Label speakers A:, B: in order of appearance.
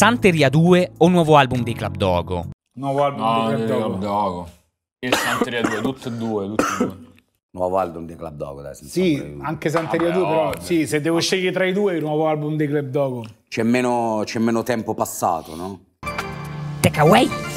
A: Santeria 2 o nuovo album dei Club Dogo?
B: Nuovo album
C: No,
B: di
C: di
B: Club Dogo.
C: Club Dogo. Io e Santeria 2, tutte e due, tutte e due.
D: Nuovo album di Club Dogo, dai. senza
B: Sì,
D: ombra di-
B: anche Santeria
C: Vabbè,
B: 2, però
C: ovvio.
B: sì, se devo scegliere tra i due, il nuovo album dei Club Dogo.
D: C'è meno, c'è meno tempo passato, no?
A: Take away!